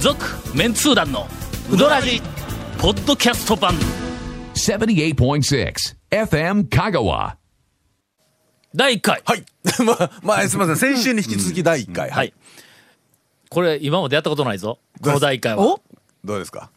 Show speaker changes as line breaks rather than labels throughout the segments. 続メンツー団のウドラジポッドキャスト版
78.6 FM Kagawa.
第1回、
はい。まあ、まあ、す みません。先週に引き続き第1回。
は
はいい。
これ今までやったことないぞこ
どう
の
です
第1回は
どうですか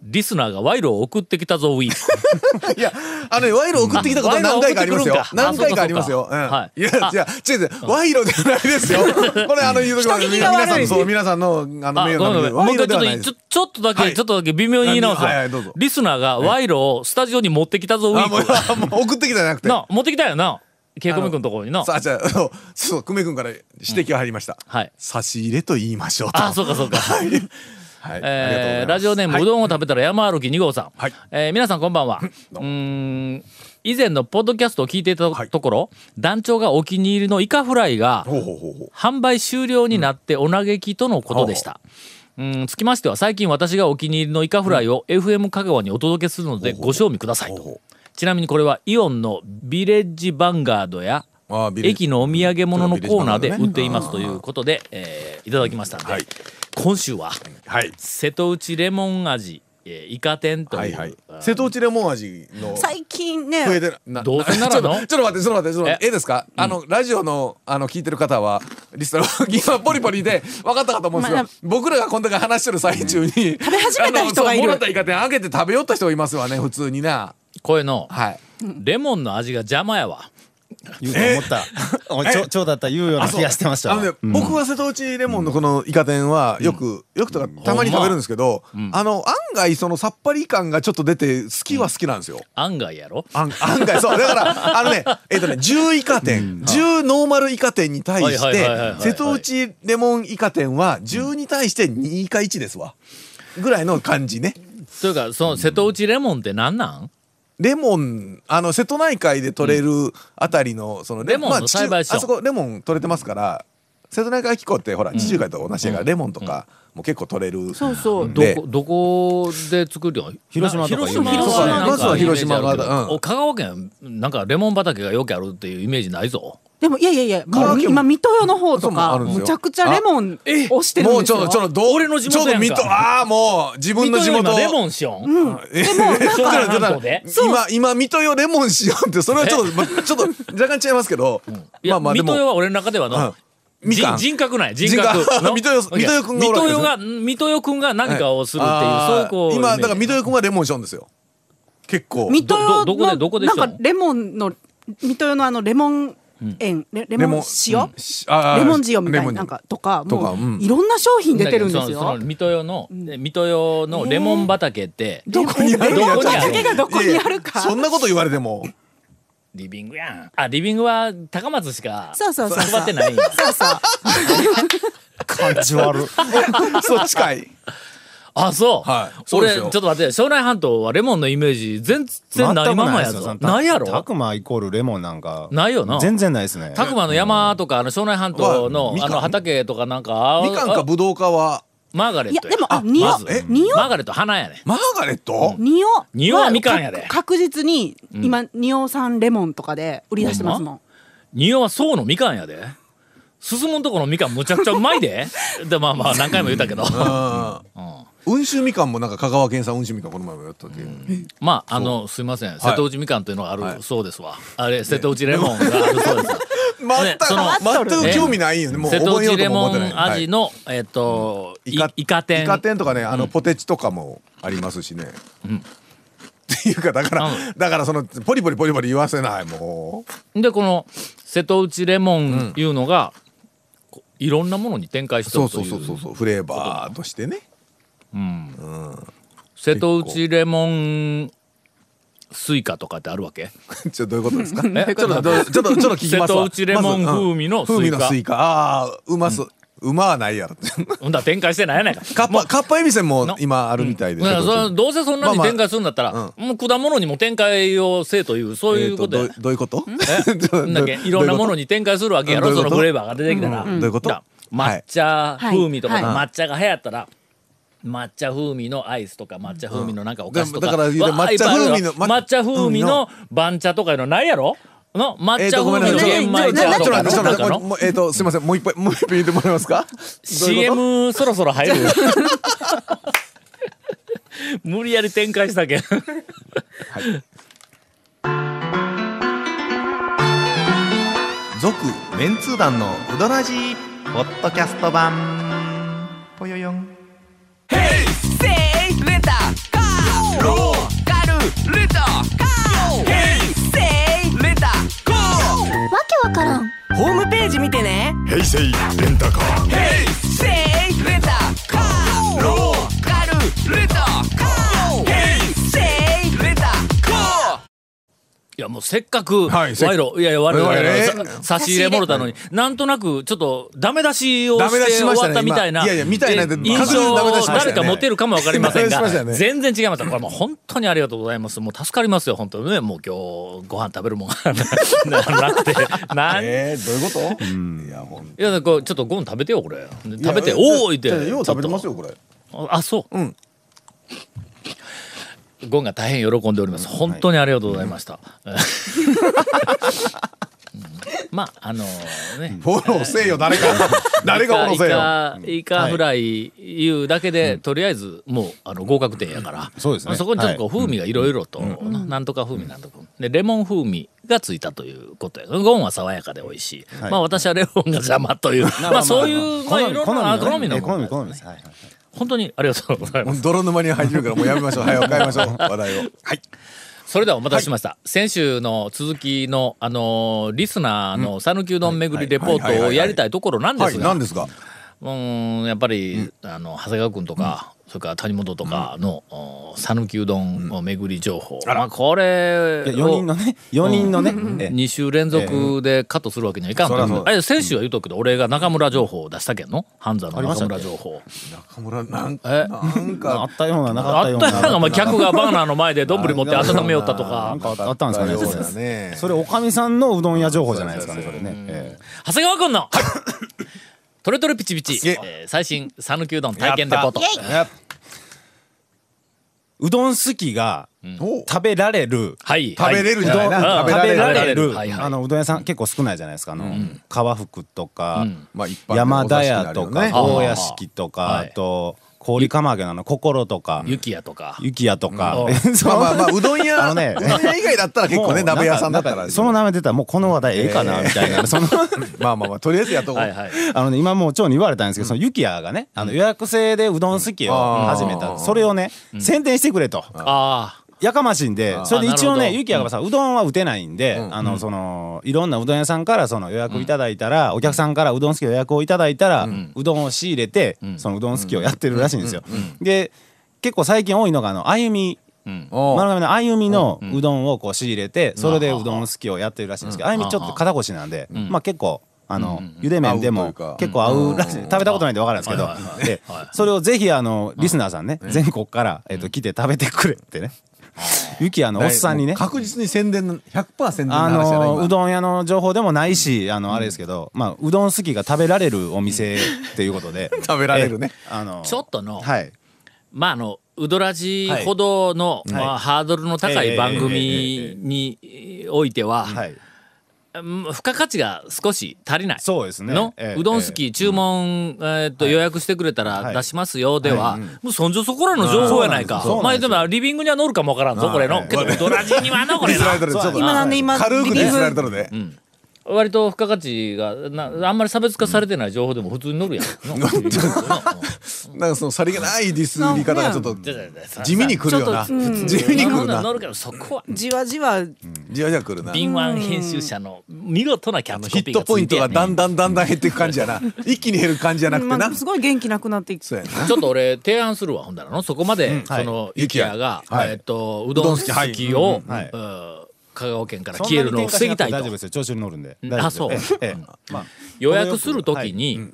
リスナーが賄賂を送ってきたぞウィーク
いや、あのね、賄賂送ってきたこと
あ賄賂
何回かあります
送ってく。る
よ
んか
何回かあります
あ
よ。。
そううかそうんかはい
いや、
あ
いや、違う違う。賄賂ではないです よ。これ、あの、言うとこ
人聞きが
皆
悪い
さんの、そう、皆さんの、あの、
あ
名
ごめんごめ
誉
ん
な
もう
の
一
で、賄賂
回ちょっとち
ではないいです
ょ。ちょっとだけ、
はい
ちょっとだけ微妙に言い直すわ
はいはいどうぞ
リスナーが賄賂をスタジオに持ってきたぞウィ
あ、もう、
ー
あもう送ってきたじゃなく
ク
て。
な持ってきたよなケイコミ君のところにな
さあ、じゃあ、あのそう、久米君から指摘が入りました。
はい
差し入れと言いましょうと。
あそうかそうか
はい。ありがとうご
え
ざいま
ー
す
ラジオネーム、
はいう
どんを食べたら山歩き2号さん、
はい
えー皆さんこんばんはう
どうも
ーん以前のポッドキャストを聞いていた
はい
ところ、団長がお気に入りのイカフライが
ほうほうほうほう。
販売終了になってお嘆きとのことでした、うん、つきましては最近私がお気に入りのイカフライを FM 香川にお届けするのでご賞味ください
ほう
と
ほ
ちなみにこれはイオンのビレッジヴァンガードや
あービレッジ
駅のお土産物のコーナーで
ビレッジヴァンガードね
売っていますということで、えーいただきましたんで、
はい
今週は
はい。
瀬戸内レモン味、えーイカ天という、
はいはい
あ。ー
瀬戸内レモン味の。
最
増
近
え
ね
てるな
どうせならの
ちょっとちょっと待ってちょっと待ってちょっと待って
え
ええですか、あのラジオのあの聞いてる方はリストラ 今ポリポリで分かったかと思うんですけど、
まあ
僕らがこんだけ話してる最中 に、食
べ始めた人がいる
もらったイカ天あげて食べよった人がいますわね普通にな
こういうの
はい
レモンの味が邪魔やわ
言うと思った。おいちょ、ちょうだったら言うような気がしてました
あのね
わ。うん
僕は瀬戸内レモンのこのイカ天はよく、よくとかたまに食べるんですけど、あの案外そのさっぱり感がちょっと出て好きは好きなんですよ、
案外やろ
案案外そうだからあのねえっ、とね10イカ店10ノーマルイカ店に対し
はいはいはいはい
て
はい
瀬戸内レモンイカ店は10に対して2イカ1ですわぐらいの感じね
というかその瀬戸内レモンってなんなん
レモンあの瀬戸内海で取れるあたりのその
レモンの
まあ地中
栽培所
あそこレモン取れてますから瀬戸内海気候ってほら地中海と同じやからレモンとかも結構取れる
そうそう
ど
で
こどこで作るの
広島とか
な
有名
広島
そう
なんか
まずは広島が
イメージあるけど
うん
お香川県なんかレモン畑がよくあるっていうイメージないぞ
でもいやいやいや
カ
も
ラオ
う
ケも
今水戸用の方
そ
と
うもあ
か
るんですよ
むちゃくちゃレモンをしてる
も
ん
う
で
ち
す
ょっ
よ
とちょっとどう
俺の地元やんか
ちょっと見とああもう自分の地
水戸
元
今レモンしよん、
え
でもなんか
ちょっと待って
なんとで
ちょっと待って今今水戸よレモンしようってそれはちょっとまちょっと若干違いますけど、
いや、水戸
で
代は俺の中ではの、
うんみか
人
ん
人格ない人格
人格
の
水戸代水戸代君がおるわけです
水戸
ね
代が水戸代君が何かをするっていう、
あー
そうこう
今だから水戸
代
よ君はレモンしようんですよ結構
水戸
ど
用
どこでどこ
の
でし
な
ょ
んかレモンの水戸用のあのレモン塩レレモン塩
しあー
レモン塩みたい
レモ
な
ン
なんかとか
とか
も
うん
ういろんな商品出てるんですよ
水戸代の、水戸代のレモン畑って、
どこに
あるんや
どこにある
畑がどこにある
いやいや
か
そんなこと言われても
リビングやんあリビングは高松しか
そうそうそうそう
配ってないん や
そうそう
感じ 悪い。
そっちかい
あそう,、
はいそうで
俺
す
ち
よ
ょっと待って庄内半島はレモンのイメージ全然ないままやぞ
全く
ないや
た
ろ
くまイコールレモンなんか。
ないよな
全然ないですね。
たくまの山とかあの庄内半島
う
の
わみ
あ
かん
の畑とかなんかあ
みかんか
あ
ぶどうかはい
マーガレ
い
ッ
や
ト
でもあ
ま
匂
ず
え
匂
マーガレット花やね
マーガレット、
匂
匂はみかんやで
か確実に今匂さんレモンとかで売り出してますもん
匂はそうのみかんやで進むんとこのみかんむちゃくちゃうまいででまあまあ何回も言った けど
うん、温州みかんもなんか香川県産温州みかんこの前もやったっていう、
まああのすいません瀬戸内みかんというのがあ
は
る
い
そうですわ、あれ瀬戸内レモンがあるそうですわ
全く
その
全く興味ないよね もう
瀬戸
覚えよ
内
う
レ
とも
モ
思ってない
ン味の、えっ、といイカ天
イカ天とかねあのポテチとかもありますしね、っていうかだから、
う
だからそのポリポリポリポリ言わせないもう
でこの瀬戸内レモンいうのが、こういろんなものに展開して
そ
る
う
と
そ
いう
うそうそうそうフレーバーとしてね
瀬戸内レモンスイカとかってあるわ け
ちょどういうことですかちょ
え
っとどうちょっとちょっと聞きます
瀬戸
わ
内レモン
まずうん
風味のスイカ
風味のスイカああうまそう、うまはないやろ
ほんだら展開してないやないか
カッパカッパエビせんも
の
今あるみたいで
だ
す
か
け
ら
ど
それどうせそんなに
まあまあ
展開するんだったら、
う
もう果物にも展開をせえというそういうこと
え
や、
ーとどどういうこと
なんだっけいろんなもの
に
に展開するわけやろ
どういう
そ
こと
のフレーバーが出てきたら、
うんどういうこと
だ抹茶風味とか、
はいは
抹茶が流行ったら抹茶風味のアイスとか抹茶風味のなんかお菓子とか、
だからだから
わあ
抹茶風味
いっぱ
の
いあるよ抹茶風味の番茶とかいうのないやろの
え
抹
っ
茶
とごめん
風
な
味
さ
の玄米茶
い。ちょっと待ってちょっと
と
待ってちょっと待って
かの
もうえっとすみませんもう一杯もう一杯言ってもらえますか。どういうこと
CM そろそろ入る 無理やり展開したけん
続メンツー団のウドラジーポッドキャスト版ぽよよん
ホームページ見てね平成レンタカー平成レンタカーローカルレンタカー平成レンタカー
いやもうせっかく
は
賄
いせっ
賂いやいや悪い
我々
悪い
ね
さ差し入れもろたのになんとなくちょっとダメ出しを
ダメ
し
出
て
しし
終
まし
わ
たね
ったみたいな
今いやいやみたいな
で
で
印
確実
象
にダメ出
を
しましたよね
誰か持てるかもわかりません
ダ
が
メ出しましたよね
全然違いましたこれもう本当にありがとうございますもう助かりますよ本当にねもう今日ご飯食べるもんが なくてなん
えーどういうこと？いやほん
いやこうちょっとご飯食べてよこれ食べて
いや
おおいて
いやよう食べてます
よ
よこれ。
あそう
うん
ゴンが大変喜んでおります本当にありがとうございました、うんまああのね
フォローせえよ 誰か誰がフォローせえ
イ
よ。
カイカフライいうだけで、とりあえずもうあの合格点やから、
そうですね
こにちょっとこう風味がいろいろと、ななんとか風味なんとか、でレモン風味がついたということやゴンは爽やかで美味しい、
はい
まあ私はレモンが邪魔というまあそういうまあいろんなあ好みの
好
も
み好
の
みですはいはい
本当にありがとうございます
もう泥沼に入ってるからもうやめましょう。早く変えま しょう話題を。はい。
それではお待たせしました、先週の続きの、あのーリスナーの讃岐うどん巡りレポ
はいはい
ー
はい
ト
は
を
い
やりたいところなんで
は
す
い
が、
何ですか。
うーんやっぱり、あの長谷川君とか、それから谷本とかのお讃岐、うどんを巡り情報、まあ、これ
いや4人の
を
ね4人のねええ
2週連続でカットするわけにはいかんと、
そらそう
あれ先週は言うとくけど、俺が中村情報を出したけんの半山の中村情報
中村なん
え
なん
あ
か
ったようななか
あ
ったよ
っ
う
たや
な
んかお前客がバーナーの前でどんぶり持って温めよったと
な
か
ん。かあったんですかね
ようだね。
それおかみさんのうどん屋情報じゃないですかねそれねええ
長谷川君の トレトレピチピチ、
げえ
えー最新讃岐うどん体験レポート
うどん好きが
お
食べられる
はい
食べれるじゃないな。
は
食
い
べ
うどん
ら
食べられ
れる
るはいはい
あのうどん屋さん結構少ないじゃないですかあの、川福とか、
まあ一般的な
山
お
田
座敷に
屋
なる
と
よ
か、
ね
大屋敷とか、
はい
あと氷釜揚げのあの心とか、
雪屋とか
雪屋とか、
うん
そ
まあ
の
まあまあうどん
あ
屋
の
うどん
ね
屋以外だったら結構ね
もう
鍋屋さんだった
な
ら
かその名前出たらもうこの話題ええかなみた いな、その
まあまあまあとりあえずやっとこ。
はいうはい
あのね今もう長に言われたんですけど、その雪屋がねあの予約制でうどん好きを始めた、
うん
それをね、宣伝してくれと。
あ
やかましいんでそれで一
なる
応
ほ
ね
ど
ゆきやがさうどんは打てないんで、あのそのいろんなうどん屋さんからその予約をいただいたら、お客さんからうどん好きの予約をいただいたら、うどんを仕入れて、そのうどん好きをやってるらしいんですよ。で結構最近多いのがあの歩み
おう
丸亀のあゆみのうどんをこう仕入れてそれでうどん好きをやってるらしいんですけどあゆみちょっと肩越しなんでまあ結構あのゆで麺で
合
も
うというか
結構合うらしい食べたことないんで分からないですけどでそれをぜひあのリスナーさんね全国からえっと来て食べてくれってねゆきあのおっさんにね
確実に宣伝の100%宣伝の
あ
話じゃない
の
今
うどん屋の情報でもないしあのあれですけどまあうどん好きが食べられるお店っていうことで
食べられるね
えあの
あちょっとの、
はい
まああのウドラジほどの、
い
まあ、ハードルの高
え
い
え
番組においては、
はい
うん付加価値が少し足りない
そうですね
の、
ええ
うどん好き、注文、えーっと予約してくれたら
はい
出しますよでは、もうそんじょそこらの情報やないか
そうなん
まあ
です
で
よ
もリビングには乗るかもわからんぞこれの、けどドラジにはのこ
ディ
れ
ス
な
られてるちょっと
今なんで今
軽く
リ
デ
リ
ィ
ー
スられ
フ
てるで
割と付加価値がなあんまり差別化されてない情報でも普通に乗るやん。の
なんかそのさりげないディスり方がちょっと地味に来るよな
ち
地
ょっと
味に来る
な
な
乗るけどそこは
じわじわ
じわじわ来るな
敏腕編集者の見事なキャッチ
ヒ
コピ
ッ
ーが
トポ
つ
イン
いてや
トが
ね
だんだんだんだん減っていく感じや な一気に減る感じじゃなくて
ま
な
あすごい元気なくなっていく
そうやな
ちょっと俺提案するわほんだらのそこまで、そのゆきやが、えっとうどん好きを、
んはい
うん香川県から消えるのを防ぎたい
そんなに喧嘩しなくて大丈夫
と
ですよ調子に乗るんで
ん
大丈夫
あそう
ですよええええまあ
予約するときに、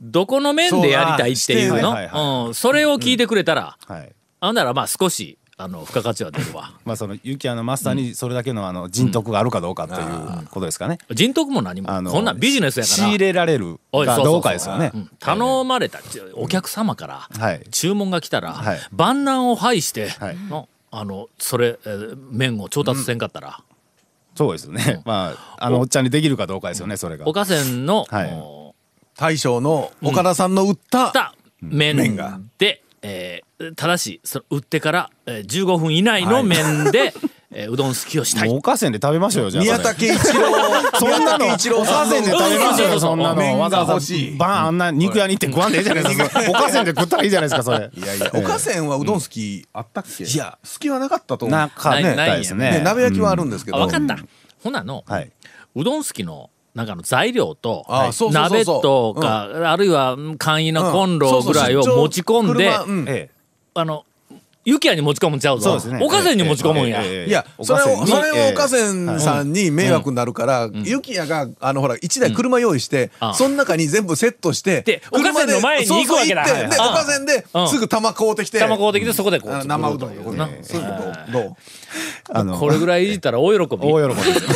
どこの面でやりたいっていう
そうあーしてはいはい
のうんそれを聞いてくれたら、
はい
あんならまあ少しあの付加価値は出るわ
まあそのユキアのマスターにそれだけのあの人徳があるかどうかということですかね。
人徳も何も、
あの
こんなんビジネスやから
仕入れられる
おい
か
そうそうそう
どうかですよね
う。ん頼まれたちお客様から
はい
注文が来たら、
はい
万難を排して
はい
の、あのそれ、えー麺を調達せんかったら、
そうですね。まあ、あのおっちゃんにできるかどうかですよね、それが。
岡線の、
はい
お
大将の岡田さんの売った、
った麺で、
麺が
えーただしその売ってから、えー15分以内の麺で、 えーうどん好きをしたい
もうおかせんで食べましょうよ、じゃあ。
宮
それ
武一郎
そん なの、
宮武一郎さんの
おかせんで食べましょう
う
よ、
ん
そんな
麺
の。
が
わざわざ、バ
欲しい
ーンあんな肉屋に行って食わんでええじゃないですか。おかせんで食ったらいいじゃないですか、それ。
いやいや岡線はうどん好き、
あったっけ
いや好きはなかったと思う
なかね、
ないないんや
です
ね
ね。
鍋焼きはあるんですけど、
あ分かった、ほなの、
はい。
うどん好きのなんかの材料と、
ああそうそうそう
鍋
そう
とか、あるいはうん簡易のコンロぐらいを持ち込んで、
え
あの雪屋に持ち込むんちゃう
そう
ぞ
ですね
おかせんに持ち込むんや、
ええええええ
いや
お
そ
か
れ
せん
を
に
それを岡
え
線さんに迷惑になるから、ゆきやがあのほら1台車用意して、
ああ
その中に全部セットして
で
車
岡線の前に行くわけだ
そうそう行ってで
ああ
岡線で
うん
すぐ玉買うてきて
卵をできてそこでこう
あの生うどんを
な
ねそういうことどう
えあの、
これぐらいいじったら大喜び
大喜びです。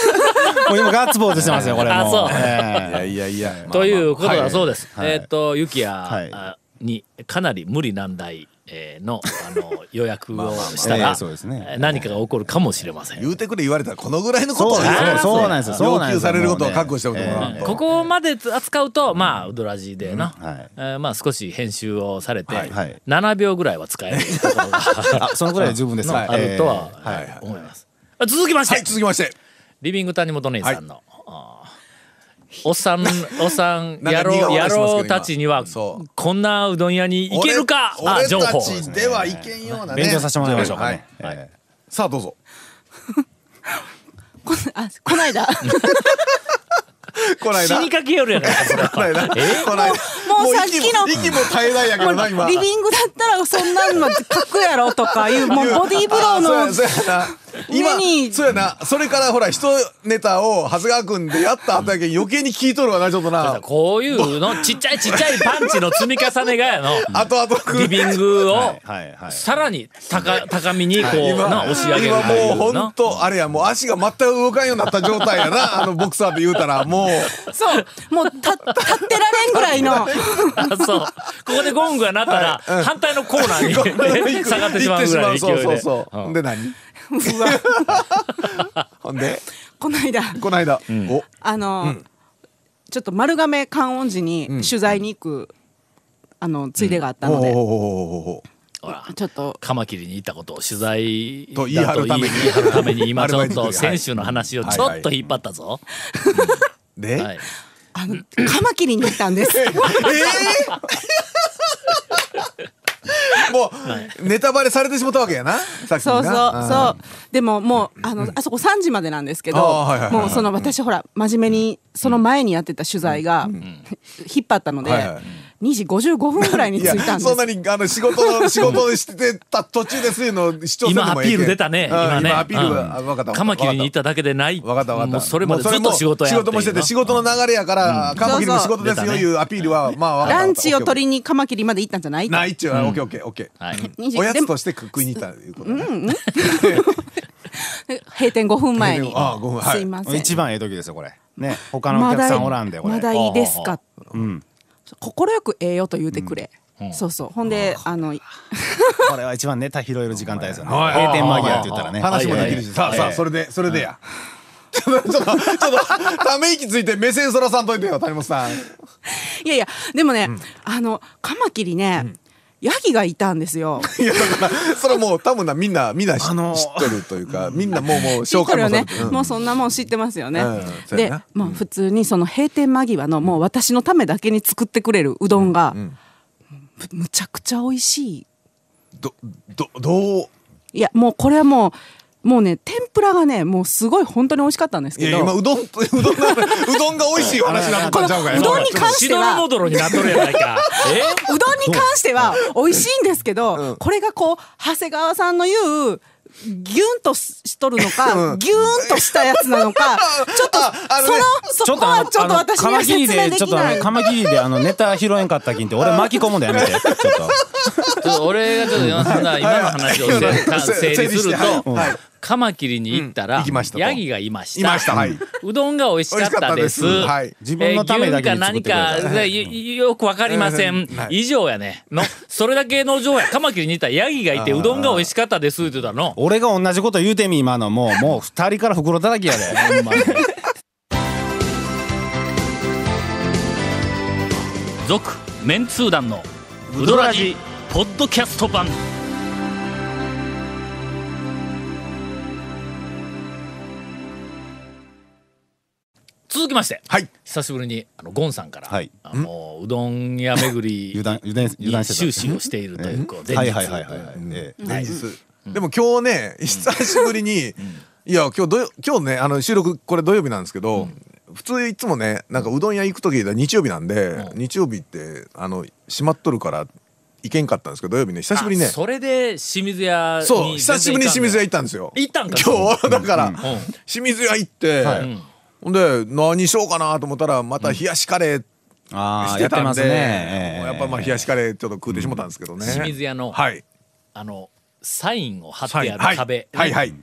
もう今ガッツポーズしてますよ、これも。
あそう
ええ
いやいや
ということだそうです。
はい
えーっと、ゆき
はい
やにかなり無理難題えーのあの予約をし
ま
た
あまあえ
ら
えそうですね
えー何かが起こるかもしれません。
言うてくれ言われたらこのぐらいのことを
そうです
よ
そうなんですよそう
要
なんです
求
よ
されることを覚悟しておいてもらわんと
ここまで扱うと、まあ、ウドラジでな、
うんはい
えーまあ少し編集をされて、
はいはい
7秒ぐらいは使えるところが
あ、 そのぐらいで十分です
の
か。
あるとは
ええ
えー思います。あ続きまして、
はい続きまして
リビング谷本姉さんの、あーおっさん、おっさ ん、
なんか
野郎、
苦笑
野
いしてますけど
郎たちには
今そう、
こんなうどん屋に行けるか、あ
俺
情
俺た
報。
ちではいけんようなね
勉強させてもらいましょうかね。
はい
ええ
さあどうぞ
こあこないだ
こない
死
だ
にかけよるやないか、それ
こないだこないだ
もうもう
もう
さっ
息
きの
も息も絶えないやけどな今
リビングだったらそんなの書くやろと かいうもうボディーブロー
あ
の
そうやそうやな今
上に
そうやなそれからほら一ネタを長谷川君でやった後やけん余計に聞いとるわなちょっとな
こういうの、ちっちゃいちっちゃいパンチの積み重ねがやの、
後々く
リビングを、
はいはい。
さらに高高みにこう、な、押し上げる
今
とい
もう
う
本
な。
当あれやもう足が全く動かんようになった状態やなあのボクサーで言うたらもう
そうもうた立ってられんぐら いの
あそう。ここでゴングが鳴ったら、反対のコーナーに下がってしまうぐらいの勢い
行ってしまうそう
で。
そうそう、
うん
で何ほんで
こないだ
この間、お
あの、ちょっと丸亀観音寺に取材に行く、あのついでがあったので、
おお
ほら
ちょっと
カマキリに行ったことを取材だ
と言い張るために
言い張るために今ちょっと
はい
選手の話をちょっと引っ張ったぞ。
で、
はい
あのカマキリに行ったん です
もう、ネタバレされてしまったわけやなさっきに
そ
な
うそうそうでももうあのあそこ3時までなんですけど、
あーはいはいはいはい
もうその私ほら真面目にその前にやってた取材が、引っ張ったので、
はいはい
2時55分ぐらいに
い
着い
や
たんです
そんなにあの仕事 の仕事をしてた途中ですいうの視聴者
今
に
ア
も
ピ
ええ
ー
けん
ル出たね。
うん
今ね。
アピールが、
う
あ
ん
分かった
カマキリに行っただけでない。
分かった分かった
もうそれまでずっと仕事や
仕事もしてて仕事の流れやから、カマキリの仕事です
出
よ
たね
いうアピールはまあ分かった
ランチを取
り
りにカマキリまで行ったんじゃない
ないっちゅうのはオッケーオッケーオッケー
はい。
20で
おやつとして食いに行ったということね
閉店5分前に
閉店あー5分はい
すいません
一番ええ時ですよ、これ。ね、他のお客さんおらんで、これ。
まだいまだいいですか
うん。
快くええよと言うてくれ、そうそうほんであの
これは一番ネタ拾える時間帯ですよね。閉店間際って言ったらね。
話もできる
は
し
い
さあさあそれでそれでや ちょっとちょっとちょっとため息ついて目線そらさんといて よ谷本さん
いやいやでもね、あのカマキリね、ヤギがいたんですよ。
いやだからそれはもう多分なみんなみんな知,、
あのー
知っとるというかみんなもうもう紹介も
よ
され
ね
て、、うん
もうそんなもん知ってますよね。
うんそうや
で
な、
まあ普通にその閉店間際のもう私のためだけに作ってくれるうどんが、むむちゃくちゃ美味しい。
どどどう
いやもうこれはもう。もうね天ぷらがねもうすごい本当に美味しかったんです
い
け
や
ど
今うどんうどんのうどんが美味しい話になった
この
んちゃうか
うどんに関
し
して
どろ
は
もどろになっとるやないか。 え
うどんに関しては美味しいんですけど、これがこう長谷川さんの言うギュンとししとるのか、ギュンとしたやつなのかちょっと
ああのね
そのそこはちょっと私
あ
に
の
は説明で
ちょっ
き
とあ
ない
のカマキリであのネタ拾えんかったきんって俺巻き込むのやめてちょっと
ちょっと俺がちょっと今の話を整理すると、カマキリに行った
うん
ら、
行きましたと
ヤギがいました
いましたはいう
どんが美味しかったです
美味しかったですはい
自分のためだけに作ってくだ
え
さい
ー牛か何かでよよくわかりません、
はい
以上やねのそれだけの上やカマキリに行ったらヤギがいてうどんが美味しかったですって言ったらの
俺が同じこと言うてみ今のもうもう二人から袋叩きやでほんまに
続メンツー団のウドラジポッドキャスト版続きまして、
はい
久しぶりにあのゴンさんから、
はい
あのうどん屋巡り
油断油断油
に
断してた
終始をしているというこう前
はい
日
はいはいはいはい、ええ
連日でも今日ね久しぶりに、いや今日土曜今日ねあの収録これ土曜日なんですけど、普通いつもねなんかうどん屋行く時が日曜日なんで、日曜日ってあの閉まっとるから行けんかったんですけど土曜日ね久しぶりね
あそれで清水屋に
そう久しぶりに清水屋行ったんですよ
行ったんか
今日だから、
ん
清水屋行って、ほんで何しようかなと思ったらまた冷やしカレー
あ
し
あ
て
やって
たん
ま
で、
すねええ
やっぱまあ冷やしカレーちょっと食うてしもたんですけどね、
清水屋の
はい
あのサインを貼って
はい
ある壁、
はいはい、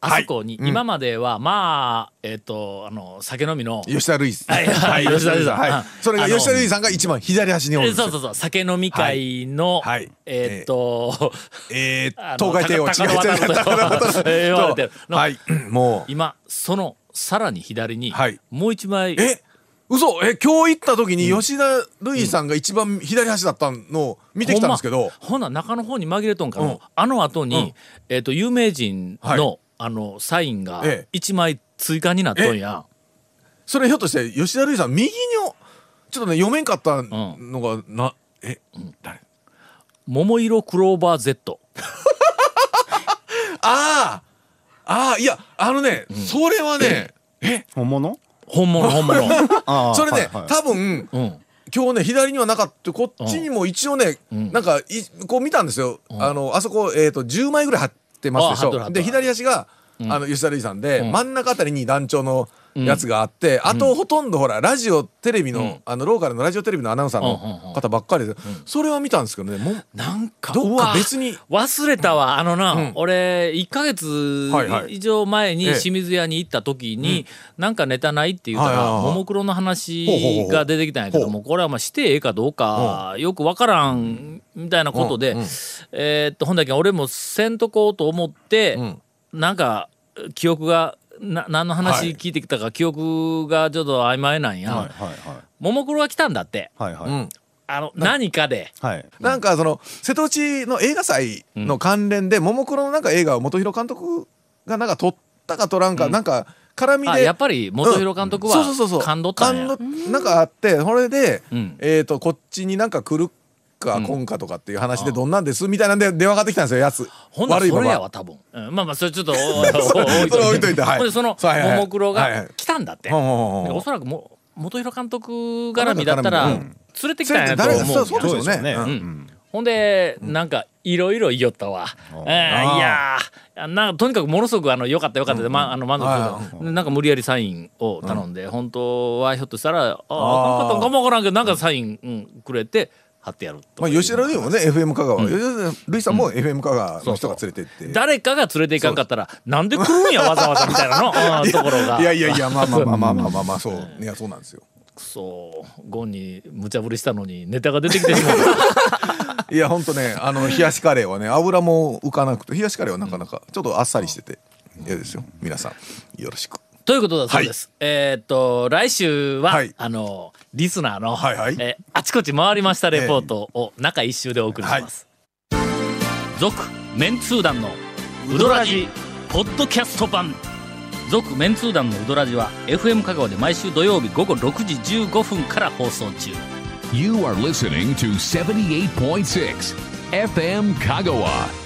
あそこに、今まではまあえっ、とあの酒飲みの
吉田類さん
はいはい吉田類さん
は
あ
いそれが
あの
吉田類さんが一番左端におるん
え
ですよ
そうそうそう酒飲み会の、
はいはい
えーっと、
えー
あ
東
の
海帝王違う
高田渡
違う
ると
高田
えー言われてる
そうはいもう
今そのさらに左に、
はい
もう一枚
え嘘え今日行った時に吉田類さんが一番左端だったのを見てきたんですけど、
ほん,、ま、ほな中の方に紛れとんかの、
うん
あの後に、えーっと有名人の、
はい
あのサインが
ええ
一枚追加になっとんや、
それひょっとして吉田類さん右におちょっとね読めんかったのがな、え誰
桃色クローバー Z
ああああいやあのね、それはねえ
本物
本物本 物
ああ
それね、
はいはい
多分
うん
今日ね左にはなかったこっちにも一応ね、
ん
なんかいこう見たんですよ、あのあそこ、えー、と10枚ぐらい貼ってますでし
あ貼っとる貼っ
ょ
と
で
る
左足が、あの吉田類さんで、真ん中あたりに団長のやつがあって、あとほとんどほらラジオテレビの,、あのローカルのラジオテレビのアナウンサーの方ばっかりで、それは見たんですけどねもう
なんか
どっ
う
か
わ
別に
忘れたわあのな、
うん
俺1ヶ月
はいはい
以上前に
ええ
清水屋に行った時に、なんかネタないって言ったら、
はいはいはい
ももクロの
ほうほう
話
ほう
が出てきたんやけど
ほ
もこれはまあしてええかどうかよくわからんみたいなことで、
うんうん
えーっとほんだけ俺もせんとこうと思って、
ん
なんか記憶がな何の話聞いてきたか、記憶がちょっと曖昧なんや、
はいはい
ももクロが来たんだって
はいはいはい
あの何かで。
はい
なんかその瀬戸内の映画祭の関連で、ももクロのなんか映画を元弘監督がなんか撮ったか撮らんか、なんか絡み
あ
で
やっぱり元弘監督は
そうそうそうそう
感動ったんや
感動なんかあってそれで、
うん
えー、とこっちになんか来るか来んかとかっていう話でどんなんですみたいなんで電話がかかってきたんですよやつ
ほんなら
悪い
そ
ま
れやわ
ま
多分、うん、まあまあそれちょっとおおお
それ置いといてはい
ほんでその
そうはいはい
ももクロ
はいは
が
い
来たんだって、
ほんほんほんほん
おそらくも元弘監督絡みだったら
絡み絡
連れてきたんやと
誰
思
が
う
そうそう
う
でしょうね
そうでしょうね
んほんでなんかいろいろ言いよったわ、えーいやーなんかとにかくものすごくあのよかったよかったで、まあの満足するでなんか無理やりサインを頼んで、本当はひょっとしたらああかんかったんかもわからんけどなんかサイン、うん、くれて貼ってやると
まあ、吉田類もね FM 香川、吉田類さんも FM 香川の人が連れてって、
誰かが連れていかんかったらなんで来るん やわざわざみたいなのうんところが
いやいやいやまあまあまあまあまあまあ、まあ、そう いやそうなんですよ
そうゴンに無茶ぶりしたのにネタが出てきてしま う
いやほんとねあの冷やしカレーはね油も浮かなくて冷やしカレーはなかなかちょっとあっさりしてて嫌ですよ皆さんよろしく
ということだそうです、えーっと来週は、
はい
あのリスナーの、
はいはい
えーあちこち回りましたレポートを中一周でお送りします「続、メンツー団のウドラジポッドキャスト版」「続・メンツー団のウドラジは FM 香川で毎週土曜日午後6時15分から放送中
You are listening to 78.6 FM Kagawa.